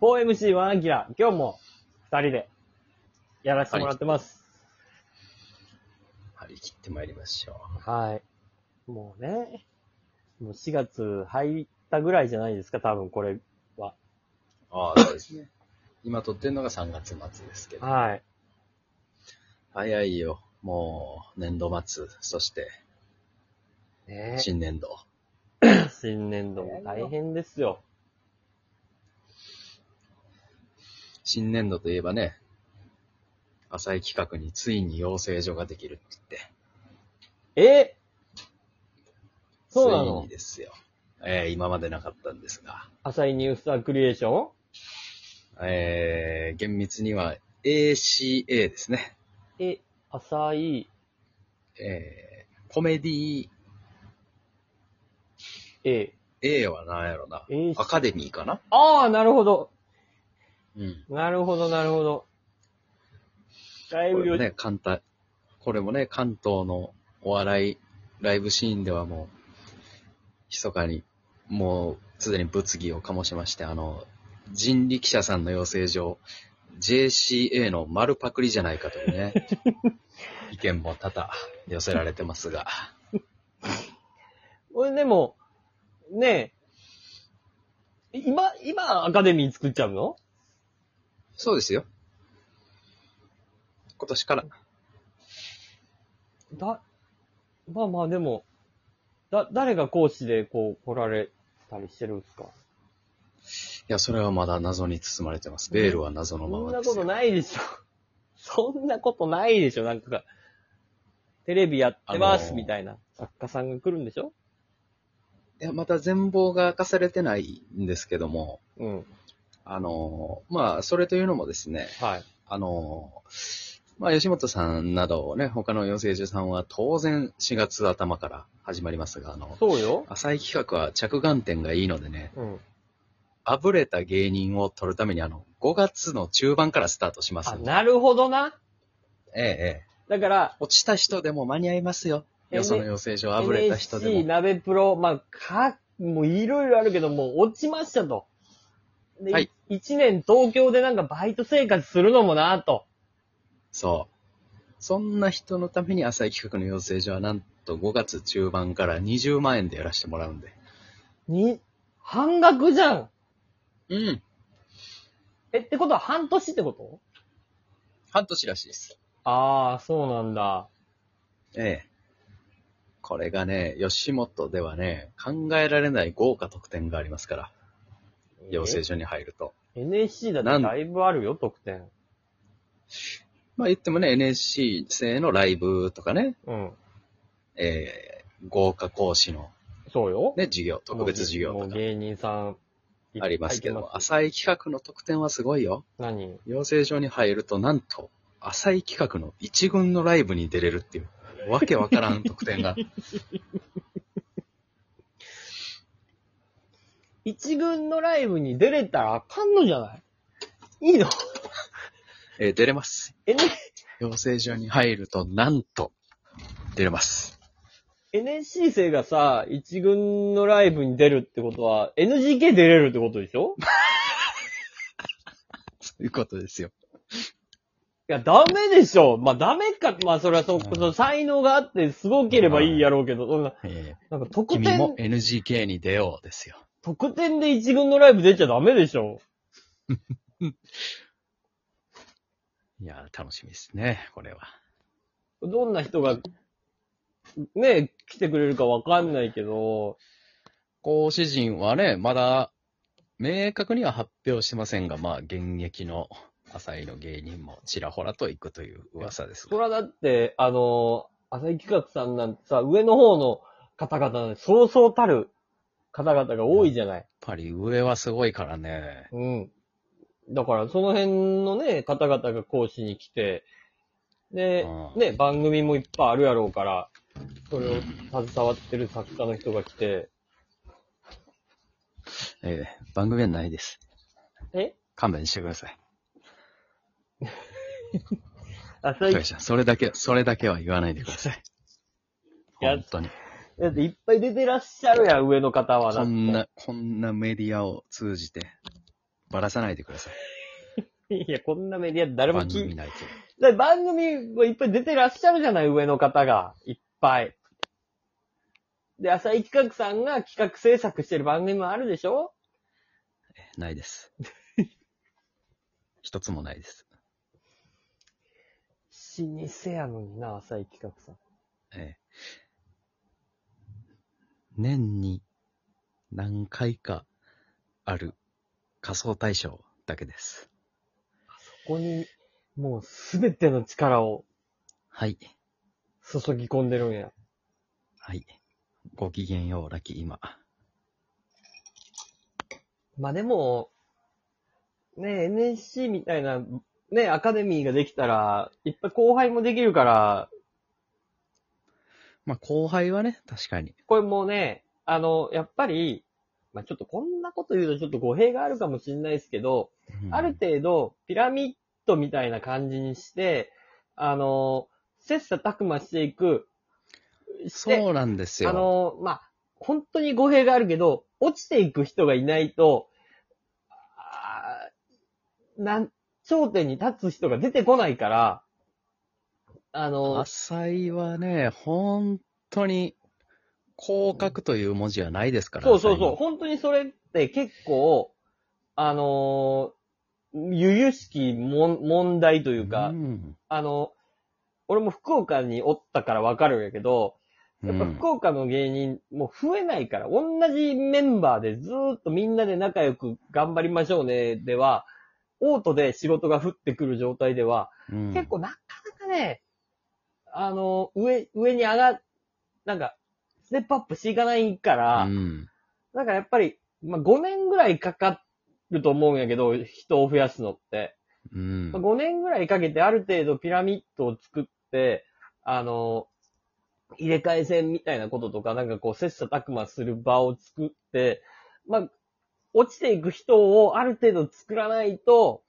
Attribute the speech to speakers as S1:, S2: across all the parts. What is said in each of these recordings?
S1: 4MC ワンアキラ、今日も二人でやらせてもらってます。
S2: 張り切ってまいりましょ
S1: はい。もうね、もう4月入ったぐらいじゃないですか、多分これ。
S2: う。ああ、そうですね。今撮ってるのが3月末ですけど。
S1: はい。
S2: 早いよ。もう、年度末、そして、
S1: ね
S2: 新年度。
S1: 新年度も大変ですよ。
S2: 新年度といえばね、浅井企画についに養成所ができるって言って。
S1: えそうな
S2: つい
S1: の
S2: にですよ。えー今までなかったんですが。
S1: 浅いニュースタークリエーション
S2: えー厳密には ACA ですね。
S1: え、浅い
S2: えーコメディ
S1: A。
S2: A は何やろな。
S1: AC
S2: アカデミーかな
S1: ああ、なるほど。
S2: うん。
S1: なるほど、なるほど。だい
S2: こ
S1: ぶ
S2: れ
S1: よ、
S2: もね、関東、これもね、関東のお笑い、ライブシーンではもう、密かに、もう、すでに物議を醸しまして、あの、人力車さんの養成所、JCA の丸パクリじゃないかというね、 意見も多々寄せられてますが、
S1: 俺でも、ねえ、今、今アカデミー作っちゃうの
S2: そうですよ。今年から、
S1: だ、まあまあでも、だ、誰が講師でこう来られたりしてるんですか
S2: いや、それはまだ謎に包まれてます。ベールは謎の
S1: そ
S2: ま
S1: ん
S2: ま
S1: な
S2: です
S1: こ
S2: よ。
S1: とないでしょ。 そんなことないでしょ、なんか。テレビやってま
S2: あ
S1: す、
S2: のー
S1: みたいな。作家さんが来るんでしょ
S2: いや、また全貌が明かされてないんですけども、
S1: うん。
S2: あの、まあ、それというのもですね、
S1: はい。
S2: あの、まあ、吉本さんなどね、他の養成所さんは当然4月頭から始まりますが、あの、
S1: そうよ。
S2: 浅い企画は着眼点がいいのでね、
S1: うん。
S2: あぶれた芸人を取るためにあの、5月の中盤からスタートします
S1: あ、
S2: んで。
S1: なるほどな。
S2: ええ、ええ。
S1: だから、
S2: 落ちた人でも間に合いますよ。
S1: N-
S2: よその養成所あぶれた人で
S1: NHC
S2: も。
S1: 鍋プロ、まあ、か、もういろいろあるけど、もう落ちましたと。で、
S2: はい
S1: 1年東京でなんかバイト生活するのもなと。
S2: そう。そんな人のために浅い企画の養成所はなんと5月中盤から20万円でやらせてもらうんで。
S1: に、半額じゃん。
S2: うん。
S1: え、ってことは半年ってこと
S2: 半年らしいです。
S1: ああ、そうなんだ。
S2: ええ。これがね、吉本ではね、考えられない豪華特典がありますから、養成所に入ると。
S1: え NSC だって
S2: なん
S1: だいぶあるよ、得点。
S2: まあ言ってもね、NSC 制のライブとかね、
S1: うん。
S2: ええ豪華講師の
S1: そうよ。
S2: ね、授業、特別授業
S1: もう
S2: と
S1: もう
S2: か
S1: 芸人さん、
S2: ありますけ
S1: 入って
S2: ど、
S1: ます
S2: 浅い企画の特典はすごいよ。
S1: 何
S2: 養成所に入ると、なんと、浅い企画の一軍のライブに出れるっていう、わけわからん 特典が。
S1: 一軍のライブに出れたらあかんのじゃないいいの
S2: えー出れます。
S1: N-
S2: 養成所に入ると、なんと、出れます。
S1: ?NSC 生がさ、一軍のライブに出るってことは、NGK 出れるってことでしょ い
S2: ということですよ。
S1: や、ダメでしょまあ、ダメか。まあ、それはそ、その才能があって、すごければいいやろうけど、そんな
S2: え
S1: なんか
S2: ー
S1: 特
S2: 君も
S1: 典、
S2: NGK に出ようですよ。
S1: 特典で一軍のライブ出ちゃダメでしょ
S2: いやー、楽しみですね、これは。
S1: どんな人が、ね、来てくれるかわかんないけど、
S2: 講師陣はね、まだ、明確には発表してませんが、まあ、現役の浅井の芸人もちらほらと行くという噂です
S1: そ
S2: が。
S1: らだって、あの、浅井企画さんなんてさ、上の方の方々なんて、そうそうたる方々が多いじゃない。
S2: やっぱり上はすごいからね。
S1: うん。だから、その辺のね、方々が講師に来て、で、
S2: うん
S1: ね、番組もいっぱいあるやろうから、それを携わってる作家の人が来て、
S2: えー番組はないです。
S1: え
S2: 勘弁してください。
S1: 浅井
S2: 高橋さんそれだけ、それだけは言わないでください。
S1: いや
S2: 本当に。
S1: だっていっぱい出てらっしゃるやん、上の方はだっ
S2: こ
S1: て。
S2: んな、こんなメディアを通じて、ばらさないでください。
S1: いや、こんなメディア誰も
S2: 番
S1: 聞
S2: 組
S1: い
S2: 内で。
S1: だって番組はいっぱい出てらっしゃるじゃない、上の方が。いっぱい。で、浅井企画さんが企画制作してる番組もあるでしょ
S2: ない です。一つもないです。
S1: 老舗やのにな、浅井企画さん。
S2: ええ。年に何回かある仮想対象だけです。
S1: ここに、もうすべての力を
S2: はい。
S1: 注ぎ込んでるんや。
S2: はい。ごきげんよう、ラキ今。
S1: まあでも、ね、NSC みたいな、ね、アカデミーができたら、いっぱい後輩もできるから、
S2: まあ、後輩はね、確かに。
S1: これもうね、あの、やっぱり、まあちょっとこんなこと言うとちょっと語弊があるかもしれないですけど、
S2: うん
S1: ある程度、ピラミッドみたいな感じにして、あの、切磋琢磨していく。して
S2: そうなんですよ。
S1: あの、まあ、本当に語弊があるけど、落ちていく人がいないと、あーなん、頂点に立つ人が出てこないから、あの、
S2: 浅井はね、本当に、広角という文字はないですから。
S1: そうそうそう。
S2: 浅井
S1: 本当にそれって結構、あのー、由々しきもん問題という
S2: は
S1: か、
S2: うん
S1: あの、俺も福岡におったからわかるんやけど、やっぱ
S2: うん
S1: 福岡の芸人もう増えないから、同じメンバーでずーっとみんなで仲良く頑張りましょうねでは、オートで仕事が降ってくる状態では、
S2: うん
S1: 結構なかなかね、あの、上、上に上が、なんか、ステップアップしていかないから、
S2: うん
S1: だからやっぱり、まあ、5年ぐらいかかると思うんやけど、人を増やすのって。
S2: うん
S1: まあ、5年ぐらいかけてある程度ピラミッドを作って、あの、入れ替え戦みたいなこととか、なんかこう、切磋琢磨する場を作って、まあ、落ちていく人をある程度作らないと、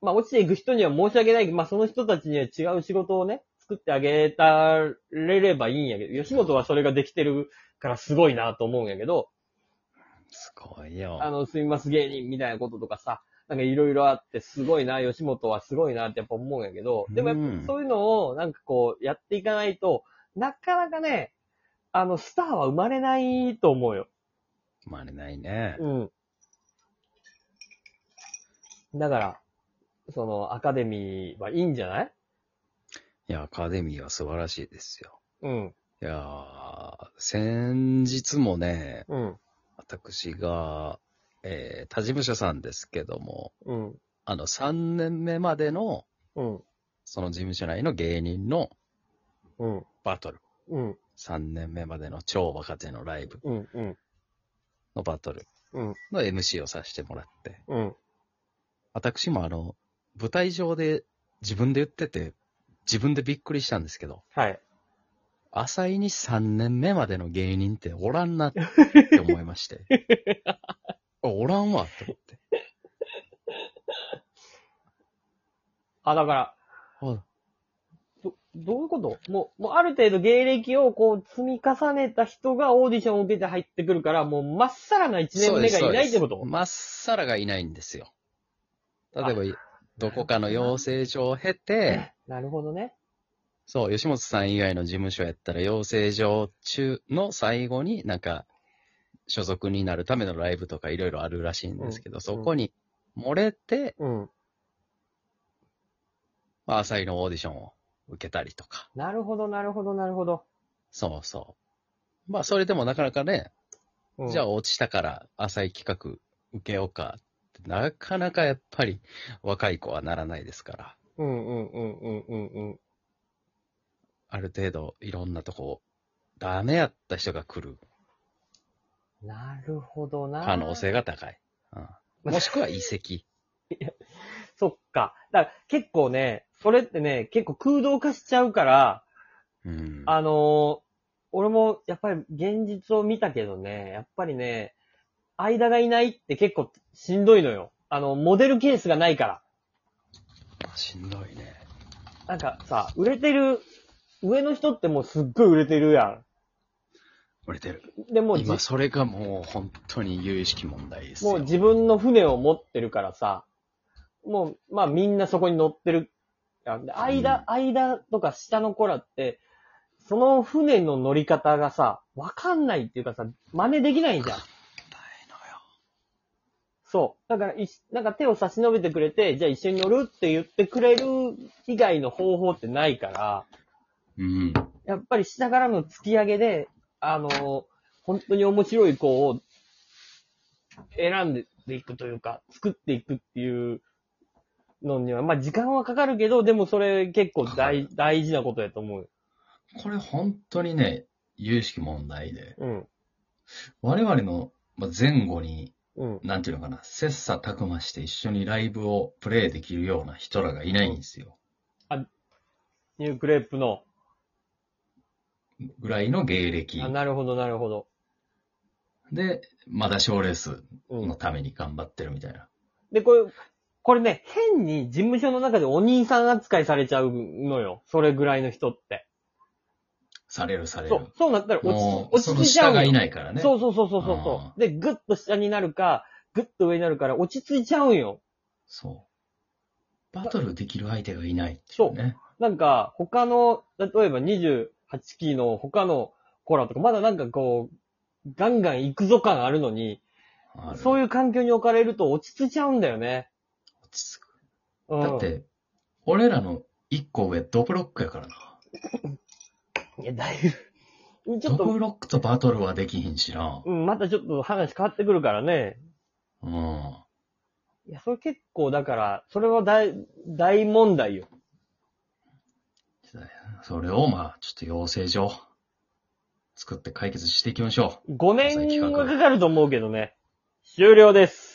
S1: まあ、落ちていく人には申し訳ないけど、まあ、その人たちには違う仕事をね、作ってあげたれればいいんやけど、吉本はそれができてるからすごいなと思うんやけど、
S2: すごいよ。
S1: あの、すみます芸人みたいなこととかさ、なんかいろいろあって、すごいな、吉本はすごいなってやっぱ思うんやけど、でもや
S2: う
S1: っ
S2: ん
S1: ぱそういうのをなんかこうやっていかないと、なかなかね、あの、スターは生まれないと思うよ。
S2: まあね、ないね。
S1: うん。だから、その、アカデミーはいいんじゃない
S2: いや、アカデミーは素晴らしいですよ。
S1: うん、
S2: いやー先日もね、
S1: うん、
S2: 私が、えー、他事務所さんですけども、
S1: うん、
S2: あの、3年目までの、
S1: うん、
S2: その事務所内の芸人の
S1: うん、
S2: バトル。
S1: うん、
S2: 3年目までの超若手のライブ
S1: うん、うん、
S2: のバトル
S1: うん、
S2: の MC をさせてもらって、
S1: うん。
S2: 私もあの、舞台上で自分で言ってて、自分でびっくりしたんですけど、
S1: はい。
S2: 浅井に3年目までの芸人っておらんなって思いまして。 あおらんわって
S1: あ、だから、
S2: 思って。
S1: ど、どういうこともう、もうある程度芸歴をこう積み重ねた人がオーディションを受けて入ってくるから、もうまっさらな1年目がいないってこと
S2: まっさらがいないんですよ。例えば、どこかの養成所を経て、
S1: なるほどね。
S2: そう、吉本さん以外の事務所やったら、養成所中の最後になんか、所属になるためのライブとかいろいろあるらしいんですけど、そこに漏れて、
S1: うん。
S2: まあ、浅井のオーディションを受けたりとか。
S1: なるほど、なるほど、なるほど。
S2: そうそう。まあ、それでもなかなかね、
S1: うん
S2: じゃあ落ちたから浅い企画受けようかって、なかなかやっぱり若い子はならないですから、
S1: うんうんうんうんうんうん。
S2: ある程度いろんなとこ、ダメやった人が来る
S1: なるほどな。
S2: 可能性が高い。うん、もしくは遺 跡。
S1: そっか。だから結構ね、それってね、結構空洞化しちゃうから、
S2: うん。
S1: あのー俺もやっぱり現実を見たけどね、やっぱりね、間がいないって結構しんどいのよ。あの、モデルケースがないから。
S2: しんどいね。
S1: なんかさ、売れてる、上の人ってもうすっごい売れてるやん。
S2: 売れてる。
S1: でもうじ
S2: 今、それがもう本当に有意識問題ですよ。
S1: もう自分の船を持ってるからさ、もう、まあみんなそこに乗ってる。あで間、間とか下の子らって、その船の乗り方がさ、わかんないっていうかさ、真似できないじゃん。
S2: ないのよ
S1: そう。だから、いしなんか手を差し伸べてくれて、じゃあ一緒に乗るって言ってくれる以外の方法ってないから、
S2: うん。
S1: やっぱり下からの突き上げで、あの、本当に面白い子を選んでいくというか、作っていくっていうのには、まあ時間はかかるけど、でもそれ結構大大事なことやと思うよ。
S2: これ本当にね、有識問題で、
S1: うん。
S2: 我々のまあ前後に、
S1: うん。
S2: なんていうのかな、切磋琢磨して一緒にライブをプレイできるような人らがいないんですよ。
S1: ニュークレープの。
S2: ぐらいの芸歴
S1: あ、。なるほど、なるほど。
S2: で、まだ賞レース
S1: う
S2: の
S1: ん。
S2: ために頑張ってるみたいな。
S1: で、これ、これね、変に事務所の中でお兄さん扱いされちゃうのよ。それぐらいの人って。
S2: されるされ
S1: そ
S2: る。
S1: う、そうなったら落
S2: も
S1: ち、
S2: う、
S1: 落
S2: そ
S1: ち
S2: の
S1: 着いちゃ
S2: 下
S1: うの
S2: が
S1: よ
S2: いないからね。
S1: そうそうそうそうそうそう。で、ぐっと下になるか、ぐっと上になるから落ち着いちゃうんよ。
S2: そう。バトルできる相手がいないっていうね。
S1: なんか、他の、例えば28期の他のコラとか、まだなんかこう、ガンガン行くぞ感あるのに、そう
S2: いう。
S1: いう環境に置かれると落ち着いちゃうんだよね。
S2: 落ち着く
S1: うん、
S2: だっ。て、俺らの一個上、ドブロックやからな。
S1: いや、だいぶ。ちょ
S2: ド
S1: っと
S2: ブ、ロックとバトルはできひんしな。
S1: うん、またちょっと話変わってくるからね。
S2: うん。
S1: いや、それ結構だから、それは大、大問題よ。
S2: それを、まあ、ちょっと養成所、作って解決していきましょう。
S1: 5年はかかると思うけどね。終了です。